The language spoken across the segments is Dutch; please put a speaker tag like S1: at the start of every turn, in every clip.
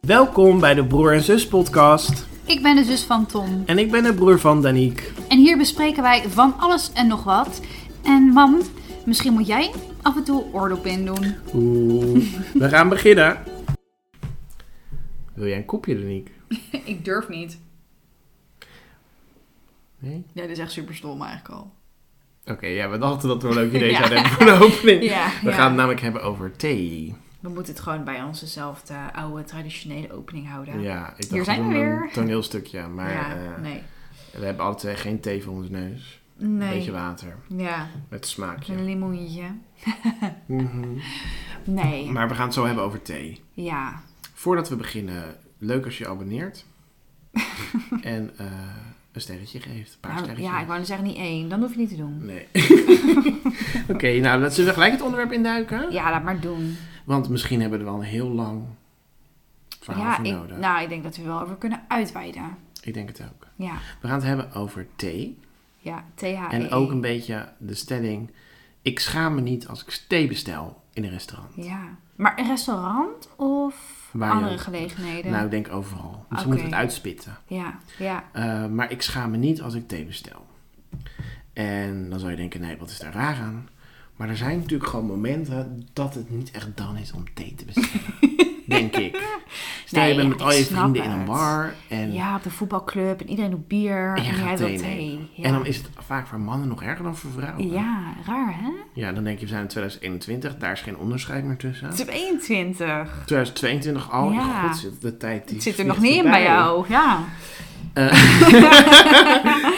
S1: Welkom bij de Broer en Zus podcast.
S2: Ik ben de zus van Tom
S1: En ik ben de broer van Daniek.
S2: en hier bespreken wij van alles en nog wat. En mam, misschien moet jij af en toe oordop in doen.
S1: Oeh, we gaan beginnen. Wil jij een kopje, Daniek?
S3: Ik durf niet.
S1: Nee?
S3: Ja, dit is echt super stom eigenlijk al.
S1: Oké, ja, we dachten dat we een leuk idee
S3: Ja.
S1: zouden hebben voor de opening.
S3: Ja,
S1: We
S3: ja.
S1: gaan het namelijk hebben over thee.
S3: We moeten het gewoon bij onzezelfde oude traditionele opening houden.
S1: Ja, ik dacht
S2: Hier zijn we
S1: doen een
S2: weer.
S1: toneelstukje, maar
S3: Ja,
S1: eh,
S3: nee.
S1: we hebben altijd eh, geen thee voor ons neus. Een
S3: Nee.
S1: beetje water,
S3: Ja,
S1: met een
S3: met
S1: smaakje.
S3: een limoentje.
S1: Mhm.
S3: Nee.
S1: Maar we gaan het zo hebben over thee.
S3: Ja.
S1: Voordat we beginnen, leuk als je abonneert. en eh, een sterretje geeft, een paar
S3: Nou,
S1: sterretjes.
S3: ja, ik wou dus zeggen niet één. Dan hoef je niet te doen.
S1: Nee. Oké, nou, laten we gelijk het onderwerp induiken.
S3: Ja, laat maar doen.
S1: Want misschien hebben we er wel een heel lang verhaal
S3: ja,
S1: voor
S3: ik,
S1: nodig.
S3: nou, ik denk dat we wel over kunnen uitweiden.
S1: Ik denk het ook.
S3: Ja,
S1: We gaan het hebben over thee.
S3: ja. E THE.
S1: En ook een beetje de stelling... Ik schaam me niet als ik thee bestel in een restaurant.
S3: Ja. Maar een restaurant of
S1: Waar je
S3: andere
S1: ook.
S3: gelegenheden?
S1: Nou, ik denk overal. Misschien
S3: Oké.
S1: moeten we het uitspitten.
S3: Ja, ja.
S1: Eh, maar ik schaam me niet als ik thee bestel. En dan zou je denken, nee, wat is daar raar aan? Maar er zijn natuurlijk gewoon momenten dat het niet echt dan is om thee te bestellen. denk ik. Stel je
S3: Nee,
S1: bent
S3: ja,
S1: met
S3: ik
S1: al je
S3: snap
S1: vrienden in een
S3: het.
S1: bar en,
S3: Ja, op de voetbalclub en iedereen doet bier
S1: en
S3: en,
S1: je
S3: jij
S1: gaat
S3: wil
S1: thee
S3: thee.
S1: nemen.
S3: Ja.
S1: En dan is het vaak voor mannen nog erger dan voor vrouwen.
S3: Ja, raar hè?
S1: Ja, dan denk je, we zijn in 2021, daar is geen onderscheid meer tussen.
S3: 22.
S1: 2022 al,
S3: Ja.
S1: ja. god, zit de tijd die
S3: Het zit er
S1: vliegt
S3: nog niet in bij
S1: voorbij.
S3: jou. Ja.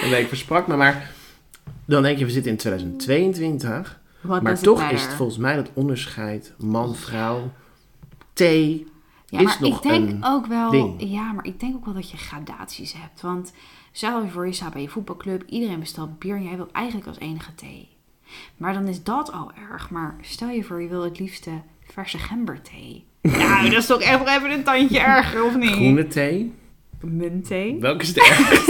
S1: En ik versprak me, maar dan denk je, we zitten in 2022.
S3: Wat
S1: maar toch is het volgens mij dat onderscheid man-vrouw. Thee.
S3: ja,
S1: is
S3: maar
S1: nog
S3: ik denk
S1: een
S3: ook wel,
S1: ding.
S3: Ja, maar ik denk ook wel dat je gradaties hebt. Want zelf voor je staat bij je voetbalclub, iedereen bestelt bier en jij wil eigenlijk als enige thee. Maar dan is dat al erg. Maar stel je voor, je wil het liefste verse gemberthee. Nou, dat is toch echt wel even een tandje erger, of niet?
S1: Groene thee.
S3: Muntthee?
S1: Welke is er?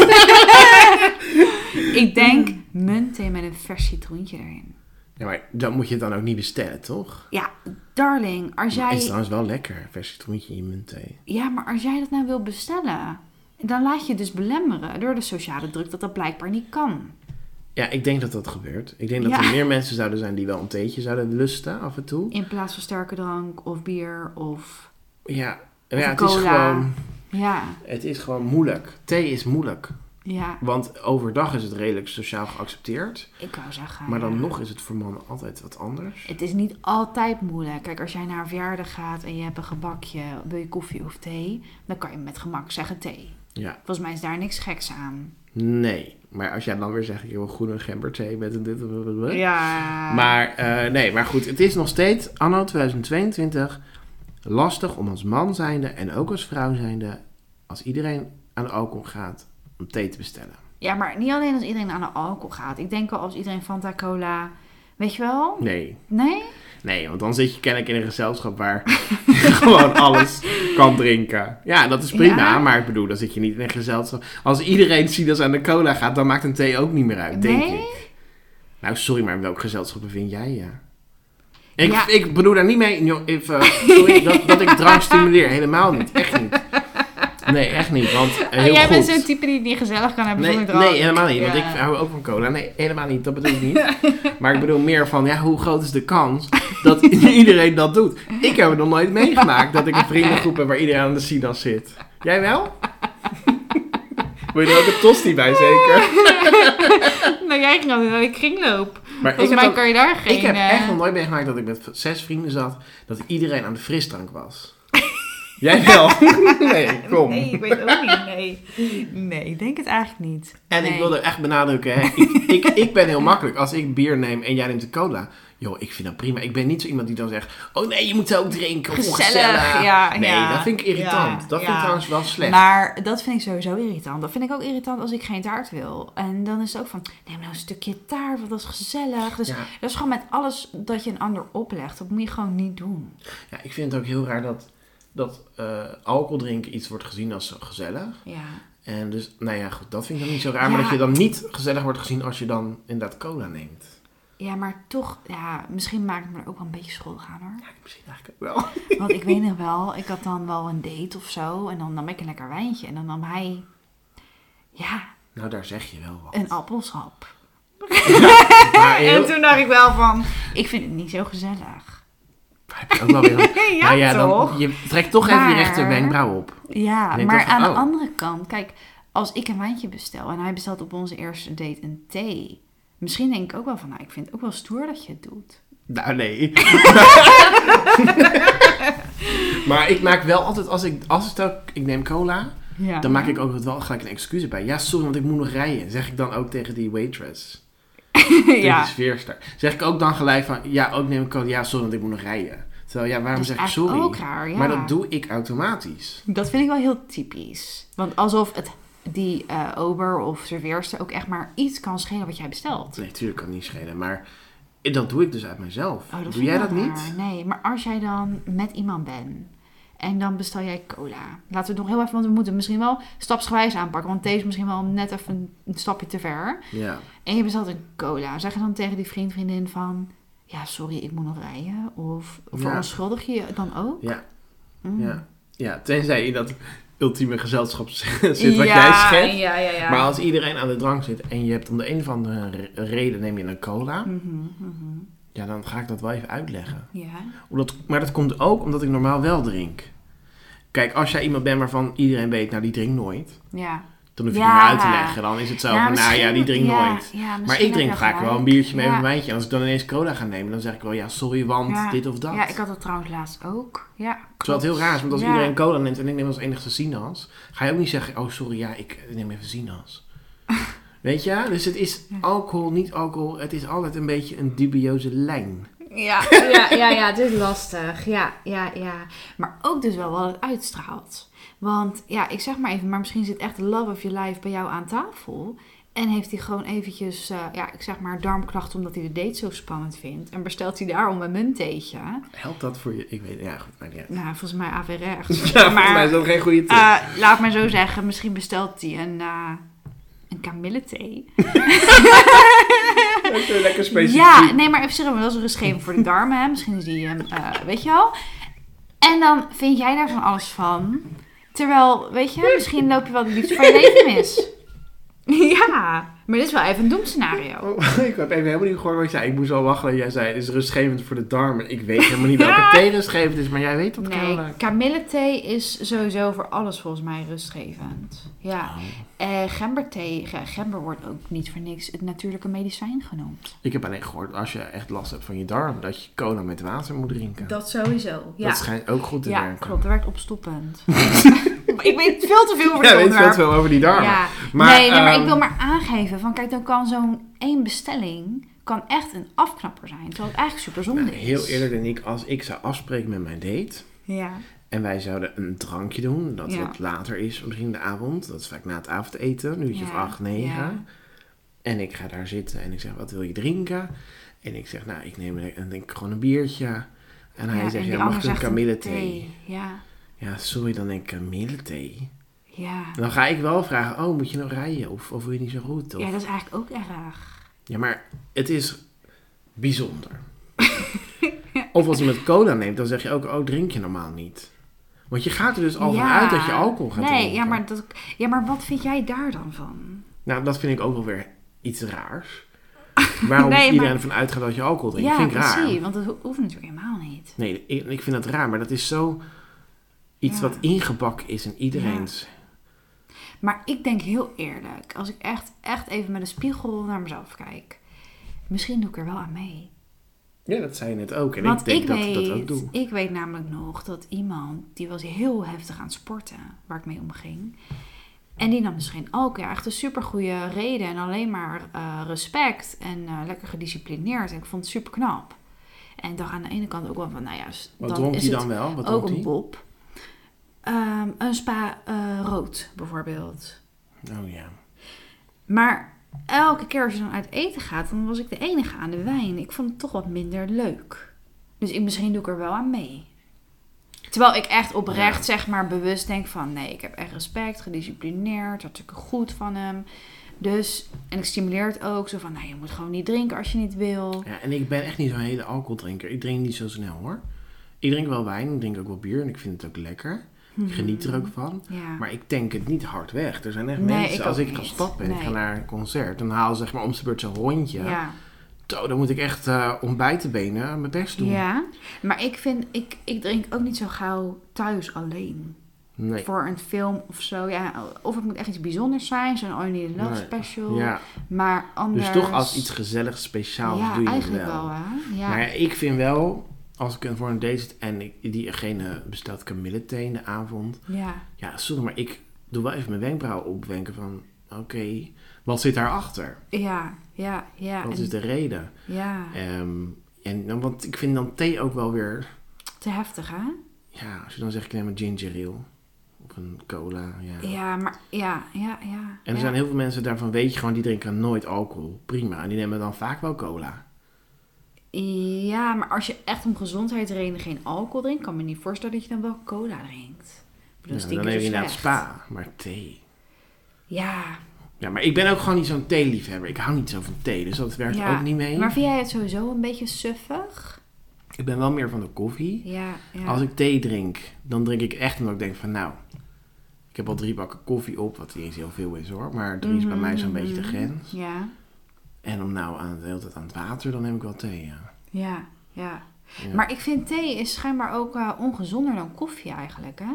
S3: Ik denk muntthee met een vers citroentje erin.
S1: Ja, maar dat moet je dan ook niet bestellen, toch?
S3: Ja, darling, als jij...
S1: Is trouwens wel lekker. Vers citroentje in je muntthee.
S3: Ja, maar als jij dat nou wil bestellen, dan laat je dus belemmeren door de sociale druk dat dat blijkbaar niet kan.
S1: Ja, ik denk dat dat gebeurt. Ik denk dat
S3: Ja.
S1: er meer mensen zouden zijn die wel een theetje zouden lusten af en toe.
S3: In plaats van sterke drank of bier of.
S1: Ja, ja het,
S3: Of
S1: is
S3: cola.
S1: gewoon,
S3: Ja,
S1: het is gewoon moeilijk. Thee is moeilijk.
S3: ja,
S1: Want overdag is het redelijk sociaal geaccepteerd.
S3: ik wou zeggen.
S1: Maar dan
S3: ja.
S1: nog is het voor mannen altijd wat anders.
S3: Het is niet altijd moeilijk. Kijk, als jij naar een verjaardag gaat en je hebt een gebakje, wil je koffie of thee, dan kan je met gemak zeggen thee.
S1: Ja,
S3: Volgens mij is daar niks geks aan.
S1: Nee. Maar als jij dan weer zegt, ik wil groene gemberthee met een dit... blablabla.
S3: Ja.
S1: Maar eh, nee, maar goed. Het is nog steeds, anno 2022, lastig om als man zijnde en ook als vrouw zijnde... als iedereen aan de alcohol gaat, om thee te bestellen.
S3: Ja, maar niet alleen als iedereen aan de alcohol gaat. Ik denk wel als iedereen Fanta Cola. Weet je wel?
S1: Nee.
S3: Nee?
S1: Nee, want dan zit je kennelijk in een gezelschap waar gewoon alles kan drinken. Ja, dat is prima,
S3: Ja.
S1: maar ik bedoel, dan zit je niet in een gezelschap. Als iedereen Sidas aan de cola gaat, dan maakt een thee ook niet meer uit, denk
S3: Nee?
S1: ik. Nou, sorry, maar in welk gezelschap bevind jij je? Ik,
S3: Ja.
S1: ik bedoel daar niet mee, jo- if, eh, sorry, dat, dat ik drank stimuleer. Helemaal niet, echt niet. Nee, echt niet, want eh, heel
S3: Oh, jij
S1: goed.
S3: bent zo'n type die het niet gezellig kan hebben
S1: Nee,
S3: zonder drank.
S1: nee, helemaal niet. Want
S3: Ja.
S1: ik hou ook van cola. Nee, helemaal niet. Dat bedoel ik niet. maar ik bedoel meer van, ja, hoe groot is de kans dat iedereen dat doet? Ik heb het nog nooit meegemaakt dat ik een vriendengroep heb waar iedereen aan de sinaas zit. Jij wel? Wil je er ook een tosti bij, zeker?
S3: Nou, jij ging altijd naar de kringloop.
S1: Maar ik
S3: Volgens
S1: heb,
S3: mij
S1: ook-
S3: kan je daar geen...
S1: ik heb
S3: eh,
S1: echt nog nooit meegemaakt dat ik met zes vrienden zat, dat iedereen aan de frisdrank was. Jij wel? Nee, kom.
S3: Nee, ik weet het ook niet. Nee. nee, ik denk het eigenlijk niet.
S1: En ik
S3: Nee.
S1: wil er echt benadrukken, hè, ik, ik, ik ben heel makkelijk. Als ik bier neem en jij neemt de cola, joh, ik vind dat prima. Ik ben niet zo iemand die dan zegt, oh nee, je moet ook drinken. Of
S3: Gezellig,
S1: gezellig.
S3: ja,
S1: Nee,
S3: ja.
S1: dat vind ik irritant.
S3: Ja,
S1: dat vind ik
S3: ja. Nou-
S1: trouwens wel slecht.
S3: Maar dat vind ik sowieso irritant. Dat vind ik ook irritant als ik geen taart wil. En dan is het ook van, neem nou een stukje taart, want dat is gezellig. Dus
S1: Ja.
S3: dat is gewoon met alles dat je een ander oplegt. Dat moet je gewoon niet doen.
S1: Ja, ik vind het ook heel raar dat, dat eh, alcohol drinken iets wordt gezien als gezellig.
S3: Ja.
S1: En dus, nou ja, goed, dat vind ik dan niet zo raar.
S3: Ja.
S1: Maar dat je dan niet gezellig wordt gezien als je dan inderdaad cola neemt.
S3: Ja, maar toch, ja, misschien maak ik me er ook wel een beetje schuldig aan hoor.
S1: Ja, misschien eigenlijk wel.
S3: Want ik weet nog wel, ik had dan wel een date of zo. En dan nam ik een lekker wijntje. En dan nam hij, ja,
S1: Nou, daar zeg je wel wat.
S3: een appelsap.
S1: Maar heel-
S3: En toen dacht ik wel van, ik vind het niet zo gezellig.
S1: heb je ook wel weer wat-
S3: Ja,
S1: Nou ja,
S3: toch? Nou
S1: dan, je trekt toch even je
S3: Maar-
S1: rechter wenkbrauw op.
S3: Ja,
S1: Ik denk dan
S3: maar aan
S1: van,
S3: de
S1: oh.
S3: andere kant, kijk, als ik een wijntje bestel en hij bestelt op onze eerste date een thee. Misschien denk ik ook wel van, nou, ik vind het ook wel stoer dat je het doet.
S1: Nou, nee. maar ik maak wel altijd, als ik, als het ook, ik neem cola,
S3: Ja.
S1: dan maak ik ook altijd wel gelijk een excuus bij. Ja, sorry, want ik moet nog rijden. Zeg ik dan ook tegen die waitress. Tegen
S3: ja.
S1: die sfeerster. Zeg ik ook dan gelijk van, ja, ook neem ik cola. Ja, sorry, want ik moet nog rijden. Terwijl, ja, waarom
S3: Dat is
S1: zeg ik
S3: eigenlijk
S1: sorry?
S3: ook raar, ja.
S1: Maar dat doe ik automatisch.
S3: Dat vind ik wel heel typisch. Want alsof het die eh, ober of serveerster ook echt maar iets kan schelen wat jij bestelt.
S1: Nee, tuurlijk kan het niet schelen, maar dat doe ik dus uit mezelf.
S3: Oh, dat
S1: doe
S3: vind
S1: jij
S3: ik
S1: dat
S3: wel
S1: niet?
S3: raar. Nee, maar als jij dan met iemand bent en dan bestel jij cola. Laten we het nog heel even, want we moeten misschien wel stapsgewijs aanpakken. Want deze is misschien wel net even een- een stapje te ver.
S1: Ja.
S3: En je bestelt een cola. Zeg je dan tegen die vriend, vriendin van... Ja, sorry, ik moet nog rijden. Of
S1: Ja.
S3: verontschuldig je je dan ook?
S1: Ja.
S3: Mm.
S1: ja. Ja, tenzij je in dat ultieme gezelschap zit wat jij schetst.
S3: Ja, ja, ja.
S1: Maar als iedereen aan de drank zit en je hebt om de een of andere re- reden neem je een cola,
S3: Mhm, mhm.
S1: ja, dan ga ik dat wel even uitleggen.
S3: Ja.
S1: Omdat, maar dat komt ook omdat ik normaal wel drink. Kijk, als jij iemand bent waarvan iedereen weet, nou die drinkt nooit,
S3: ja.
S1: dan hoef je
S3: Ja.
S1: niet meer uit te leggen. Dan is het zo van, nou ja,
S3: misschien-
S1: die drinkt
S3: ja,
S1: nooit.
S3: ja,
S1: Maar
S3: misschien
S1: ik
S3: heb
S1: drink
S3: je
S1: vaak wel
S3: gelijk.
S1: een biertje mee
S3: Ja.
S1: of een wijntje. En als ik dan ineens cola ga nemen, dan zeg ik wel, ja, sorry, want
S3: Ja.
S1: dit of dat.
S3: Ja, ik had dat trouwens laatst ook. Ja,
S1: Terwijl het heel raar is, want als
S3: Ja.
S1: iedereen cola neemt en ik neem als enigste sinaas, ga je ook niet zeggen, oh sorry, ja, ik neem even sinaas. Weet je, dus het is alcohol, niet alcohol, het is altijd een beetje een dubieuze lijn.
S3: Ja, ja, ja, ja, het is lastig. Ja, ja, ja. Maar ook dus wel wat het uitstraalt. Want ja, ik zeg maar even, maar misschien zit echt de love of your life bij jou aan tafel. En heeft hij gewoon eventjes, eh, ja, ik zeg maar darmklachten omdat hij de date zo spannend vindt. En bestelt hij daarom een muntheetje.
S1: Helpt dat voor je? Ik weet ja goed, maar niet uit.
S3: Nou, volgens mij averechts.
S1: Ja, volgens mij
S3: maar
S1: is dat geen goede tip.
S3: eh, laat maar zo zeggen, misschien bestelt hij een, eh een kamillethee.
S1: Dat is weer lekker specifiek.
S3: Ja, nee, maar even serieus, dat is een geschreven voor de darmen. Hè? Misschien is die, ehm, eh, weet je wel. En dan vind jij daar van alles van. Terwijl, weet je, misschien loop je wel de liefde van je leven mis. Ja, maar dit is wel even een doemscenario.
S1: Oh, ik heb even helemaal niet gehoord wat je zei. Ik moest al wachten. Jij zei, het is rustgevend voor de darmen. Ik weet helemaal niet welke thee rustgevend is, maar jij weet dat
S3: Nee,
S1: cola.
S3: kamillethee is sowieso voor alles volgens mij rustgevend. Ja, eh, gemberthee, ge- gember wordt ook niet voor niks het natuurlijke medicijn genoemd.
S1: Ik heb alleen gehoord, als je echt last hebt van je darm, dat je cola met water moet drinken. Dat,
S3: Dat sowieso, ja.
S1: schijnt ook goed te
S3: ja,
S1: werken.
S3: klopt. Dat werkt opstoppend. ik weet veel te veel over
S1: Ja, weet
S3: dit
S1: je
S3: onderwerp.
S1: wat wel over die darmen.
S3: Ja,
S1: Maar,
S3: nee, nee, maar
S1: ehm,
S3: ik wil maar aangeven van kijk, dan kan zo'n één bestelling kan echt een afknapper zijn. Terwijl het eigenlijk super zonde
S1: Nou,
S3: is.
S1: heel eerlijk, Nou, Danique, als ik zou afspreken met mijn date
S3: Ja.
S1: en wij zouden een drankje doen, dat
S3: Ja.
S1: wat later is, misschien in de avond, dat is vaak na het avondeten, een uurtje
S3: Ja,
S1: of acht, negen.
S3: ja.
S1: En ik ga daar zitten en ik zeg, wat wil je drinken? En ik zeg, nou, ik neem een- en denk ik gewoon een biertje. En hij
S3: en
S1: zegt,
S3: die
S1: ja,
S3: ander
S1: mag ik een
S3: zegt
S1: kamillethee?
S3: Ja,
S1: Ja, sorry, dan denk ik kamillethee.
S3: ja.
S1: En dan ga ik wel vragen, oh, moet je nog rijden? Of, of wil je niet zo goed? Of,
S3: Ja, dat is eigenlijk ook erg.
S1: Ja, maar het is bijzonder. of als je met cola neemt, dan zeg je ook, oh, drink je normaal niet. Want je gaat er dus al
S3: Ja.
S1: van uit dat je alcohol gaat
S3: nee,
S1: drinken.
S3: Ja maar, dat, ja, maar wat vind jij daar dan van?
S1: Nou, dat vind ik ook wel weer iets raars. Waarom
S3: Nee, maar-
S1: iedereen ervan uitgaat dat je alcohol drinkt,
S3: ja,
S1: vind ik raar.
S3: precies, want dat ho- hoeft natuurlijk helemaal niet.
S1: Nee, ik, ik vind dat raar, maar dat is zo iets
S3: Ja.
S1: wat ingebakken is in iedereen's...
S3: Maar ik denk heel eerlijk, als ik echt, echt even met een spiegel naar mezelf kijk, misschien doe ik er wel aan mee.
S1: Ja, dat zei je net ook. En
S3: Want
S1: ik denk
S3: ik,
S1: dat
S3: weet,
S1: ik dat ook doe.
S3: ik weet namelijk nog dat iemand, die was heel heftig aan het sporten, waar ik mee omging. En die nam misschien ook ja, echt een supergoeie reden en alleen maar eh, respect en eh, lekker gedisciplineerd. En ik vond het super knap. En ik dacht aan de ene kant ook wel van, nou ja, s-
S1: Wat dronk
S3: is
S1: hij
S3: het
S1: dan wel? Wat
S3: ook
S1: dronk
S3: een
S1: hij?
S3: bob. Ehm, een spa eh, rood bijvoorbeeld.
S1: Oh ja.
S3: Maar elke keer als je dan uit eten gaat, dan was ik de enige aan de wijn. Ik vond het toch wat minder leuk. Dus ik, misschien doe ik er wel aan mee. Terwijl ik echt oprecht, zeg maar, bewust denk van... Nee, ik heb echt respect, gedisciplineerd, hartstikke goed van hem. Dus, en ik stimuleer het ook. Zo van, nou, je moet gewoon niet drinken als je niet wil.
S1: Ja, en ik ben echt niet zo'n hele alcoholdrinker. Ik drink niet zo snel hoor. Ik drink wel wijn, ik drink ook wel bier en ik vind het ook lekker.
S3: Hmm.
S1: Ik geniet er ook van.
S3: Ja.
S1: Maar ik tank het niet hard weg. Er zijn echt
S3: Nee,
S1: mensen,
S3: ik
S1: als
S3: ook
S1: ik ga
S3: niet.
S1: stappen en ik
S3: Nee.
S1: ga naar een concert, dan haal zeg maar om zijn beurt zo'n rondje.
S3: ja.
S1: Zo, dan moet ik echt eh ontbijtenbenen aan mijn best doen.
S3: Ja, maar ik vind, ik, ik drink ook niet zo gauw thuis alleen.
S1: Nee.
S3: Voor een film of zo. Ja, of het moet echt iets bijzonders zijn, zo'n Only in Love
S1: Nee.
S3: special.
S1: Ja.
S3: Maar anders...
S1: Dus toch als iets gezelligs, speciaals
S3: Ja,
S1: doe je het
S3: eigenlijk wel. hè? Ja.
S1: Maar ja, ik vind wel, als ik een voor een date zit en ik, diegene bestelt kamille thee in de avond.
S3: ja.
S1: Ja, sorry, maar ik doe wel even mijn wenkbrauw opwenken van... Oké, wat zit daarachter?
S3: Ja, ja, ja.
S1: Wat
S3: en-
S1: is de reden?
S3: Ja,
S1: Ehm, en dan, want ik vind dan thee ook wel weer...
S3: te heftig hè?
S1: Ja, als je dan zegt, ik neem een ginger ale. Of een cola, ja.
S3: Ja, maar ja, ja, ja.
S1: En er zijn heel veel mensen daarvan, weet je gewoon, die drinken nooit alcohol. Prima. En die nemen dan vaak wel cola.
S3: Ja, maar als je echt om gezondheidsredenen geen alcohol drinkt, kan ik me niet voorstellen dat je dan wel cola drinkt. Ik bedoel,
S1: Ja,
S3: stinken
S1: dan neem
S3: is
S1: je
S3: zo
S1: naar het
S3: slecht.
S1: spa, maar thee.
S3: Ja,
S1: Ja, maar ik ben ook gewoon niet zo'n theeliefhebber. Ik hou niet zo van thee, dus dat werkt
S3: ja.
S1: ook niet mee.
S3: Maar vind jij het sowieso een beetje suffig?
S1: Ik ben wel meer van de koffie.
S3: Ja, ja.
S1: Als ik thee drink, dan drink ik echt omdat ik denk van nou, ik heb al drie bakken koffie op, wat niet eens heel veel is hoor. Maar drie is bij mij zo'n beetje de
S3: Mhm.
S1: grens.
S3: Ja,
S1: En om nou aan, de hele tijd aan het water, dan neem ik wel thee. Ja.
S3: ja, ja.
S1: Ja.
S3: Maar ik vind thee is schijnbaar ook eh, ongezonder dan koffie eigenlijk, hè?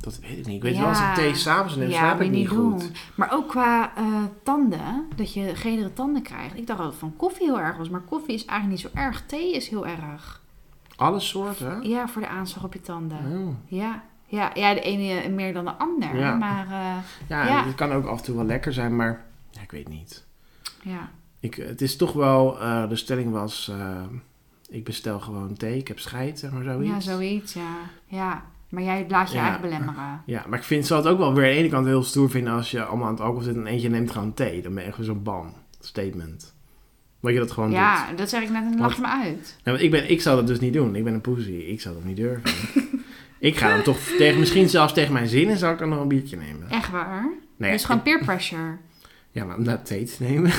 S1: Dat weet ik niet. Ik weet
S3: Ja.
S1: wel, als ik thee s'avonds neem, slaap
S3: moet
S1: ik
S3: je
S1: niet
S3: doen.
S1: goed.
S3: Maar ook qua eh, tanden, dat je genere tanden krijgt. Ik dacht dat het van koffie heel erg was, maar koffie is eigenlijk niet zo erg. Thee is heel erg.
S1: Alle soorten.
S3: Ja, voor de aanslag op je tanden.
S1: Oh.
S3: Ja, ja, ja de ene meer dan de ander.
S1: Ja.
S3: Maar eh,
S1: Ja,
S3: Ja.
S1: en het kan ook af en toe wel lekker zijn, maar ja, ik weet niet.
S3: ja,
S1: Ik, het is toch wel, eh, de stelling was, eh, ik bestel gewoon thee, ik heb scheid, zeg maar zoiets.
S3: ja, zoiets. Ja. ja, maar jij laat je
S1: Ja.
S3: eigen belemmeren.
S1: Ja, maar ik vind, zal het ook wel weer aan de ene kant heel stoer vinden als je allemaal aan het alcohol zit en eentje neemt gewoon thee. Dan ben je echt weer zo'n bam statement. Maar je dat gewoon doet.
S3: Ja, dat zeg ik net en lacht
S1: Want-
S3: me uit.
S1: Nou, want ik, ben, ik zou dat dus niet doen. Ik ben een poesie. Ik zou dat niet durven. ik ga dan toch tegen, misschien zelfs tegen mijn zin en zou ik dan nog een biertje nemen.
S3: Echt waar.
S1: Nee,
S3: dus gewoon peer pressure.
S1: Ja, maar om dat thee te nemen.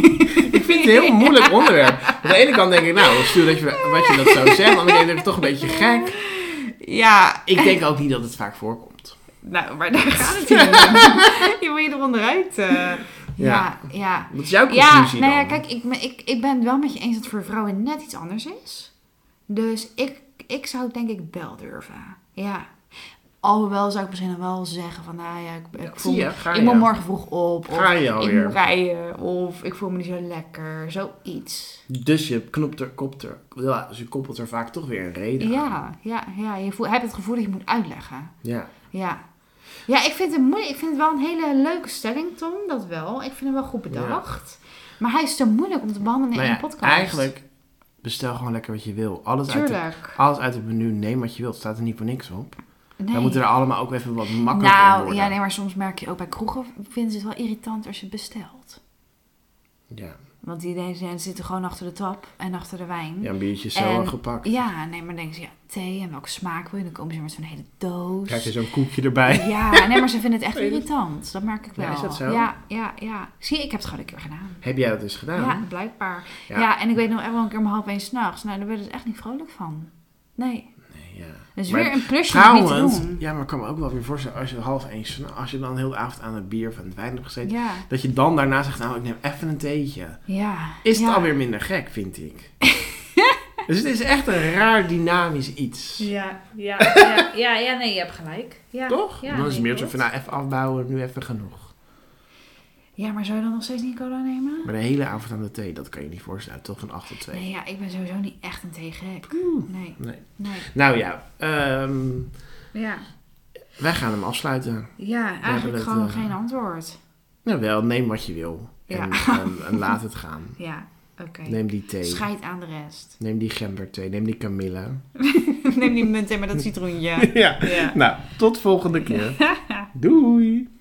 S1: ik vind het een heel moeilijk onderwerp. Aan de ene kant denk ik, nou, stuur dat je, wat je dat zou zeggen. Aan de andere kant denk ik toch een beetje gek.
S3: Ja,
S1: Ik denk ook niet dat het vaak voorkomt.
S3: nou, maar daar gaat het niet om. Je wil je eronder uit. eh.
S1: Ja.
S3: ja, ja.
S1: Wat is jouw
S3: Ja,
S1: conclusie
S3: nou
S1: dan?
S3: ja, kijk, ik, ben- ik, ik ben wel met je eens dat voor vrouwen net iets anders is. Dus ik, ik zou het denk ik wel durven. Ja. Alhoewel zou ik misschien dan wel zeggen van, nou ja, ik, ik voel
S1: zie je,
S3: me-
S1: ga
S3: ik
S1: je.
S3: moet morgen vroeg op. Of
S1: Ga je
S3: ik
S1: alweer.
S3: moet rijden. Of ik voel me niet zo lekker. Zoiets.
S1: Dus je, knopt er, kopt er, ja, dus je koppelt er vaak toch weer een reden aan.
S3: Ja, ja, ja. Je voel, hebt het gevoel dat je moet uitleggen.
S1: Ja.
S3: Ja. Ja, ik vind, het moeilijk, ik vind het wel een hele leuke stelling, Tom. Dat wel. Ik vind hem wel goed bedacht. Maar hij is te moeilijk om te behandelen
S1: Nou
S3: in
S1: ja,
S3: een podcast.
S1: eigenlijk bestel gewoon lekker wat je wil. Alles uit, de,
S3: Tuurlijk.
S1: alles uit het menu, neem wat je wilt. Staat er niet voor niks op.
S3: Nee.
S1: Dan moeten er allemaal ook even wat makkelijker
S3: Nou,
S1: worden.
S3: ja, nee, maar soms merk je ook bij kroegen vinden ze het wel irritant als je bestelt.
S1: ja.
S3: Want die die- die zitten gewoon achter de tap en achter de wijn.
S1: ja, een biertje zo
S3: En-
S1: gepakt.
S3: Ja, nee, maar dan denken ze, ja, thee en welke smaak wil je? Dan komen ze met zo'n hele doos.
S1: Krijg je zo'n koekje erbij.
S3: ja, nee, maar ze vinden het echt
S1: Weet je dat?
S3: irritant. Dat merk ik wel.
S1: Ja, is dat zo?
S3: Ja, ja, ja. Zie je, ik heb het gewoon een keer gedaan.
S1: Heb jij dat eens
S3: Ja,
S1: gedaan?
S3: blijkbaar.
S1: Ja.
S3: Ja. en ik weet nog echt wel een keer om half één s'nachts. Nou, daar werd het echt niet vrolijk van. Nee.
S1: Nee, ja.
S3: Dus
S1: Maar
S3: weer een plusje om niet
S1: Trouwens,
S3: te doen.
S1: ja, maar ik kan me ook wel weer voorstellen, als je half eens, als je dan heel de avond aan het bier of aan het wijn hebt gezeten,
S3: Ja,
S1: dat je dan daarna zegt, nou, ik neem even een theetje.
S3: ja.
S1: Is
S3: ja.
S1: het alweer minder gek, vind ik. dus het is echt een raar dynamisch iets.
S3: Ja, ja, ja, ja, ja, nee, je hebt gelijk. Ja,
S1: Toch?
S3: Ja,
S1: dan is het
S3: nee,
S1: meer zo van,
S3: klopt.
S1: nou, even afbouwen, nu even genoeg.
S3: Ja, maar zou je dan nog steeds niet cola nemen?
S1: Maar de hele avond aan de thee, dat kan je niet voorstellen. Toch van 8 tot 2.
S3: Nee, ja, ik ben sowieso niet echt een theegek. Nee,
S1: Nee.
S3: nee.
S1: Nou ja, ehm,
S3: Ja,
S1: wij gaan hem afsluiten.
S3: ja
S1: hebben
S3: eigenlijk
S1: het,
S3: gewoon
S1: eh,
S3: geen antwoord.
S1: Jawel, neem wat je wil.
S3: Ja.
S1: En, en- en laat het gaan.
S3: Ja, oké.
S1: Neem die thee.
S3: Scheid aan de rest.
S1: Neem die gemberthee. Neem die kamille.
S3: Neem die munt in met dat citroentje.
S1: Ja.
S3: Ja.
S1: Nou, tot volgende keer. Doei.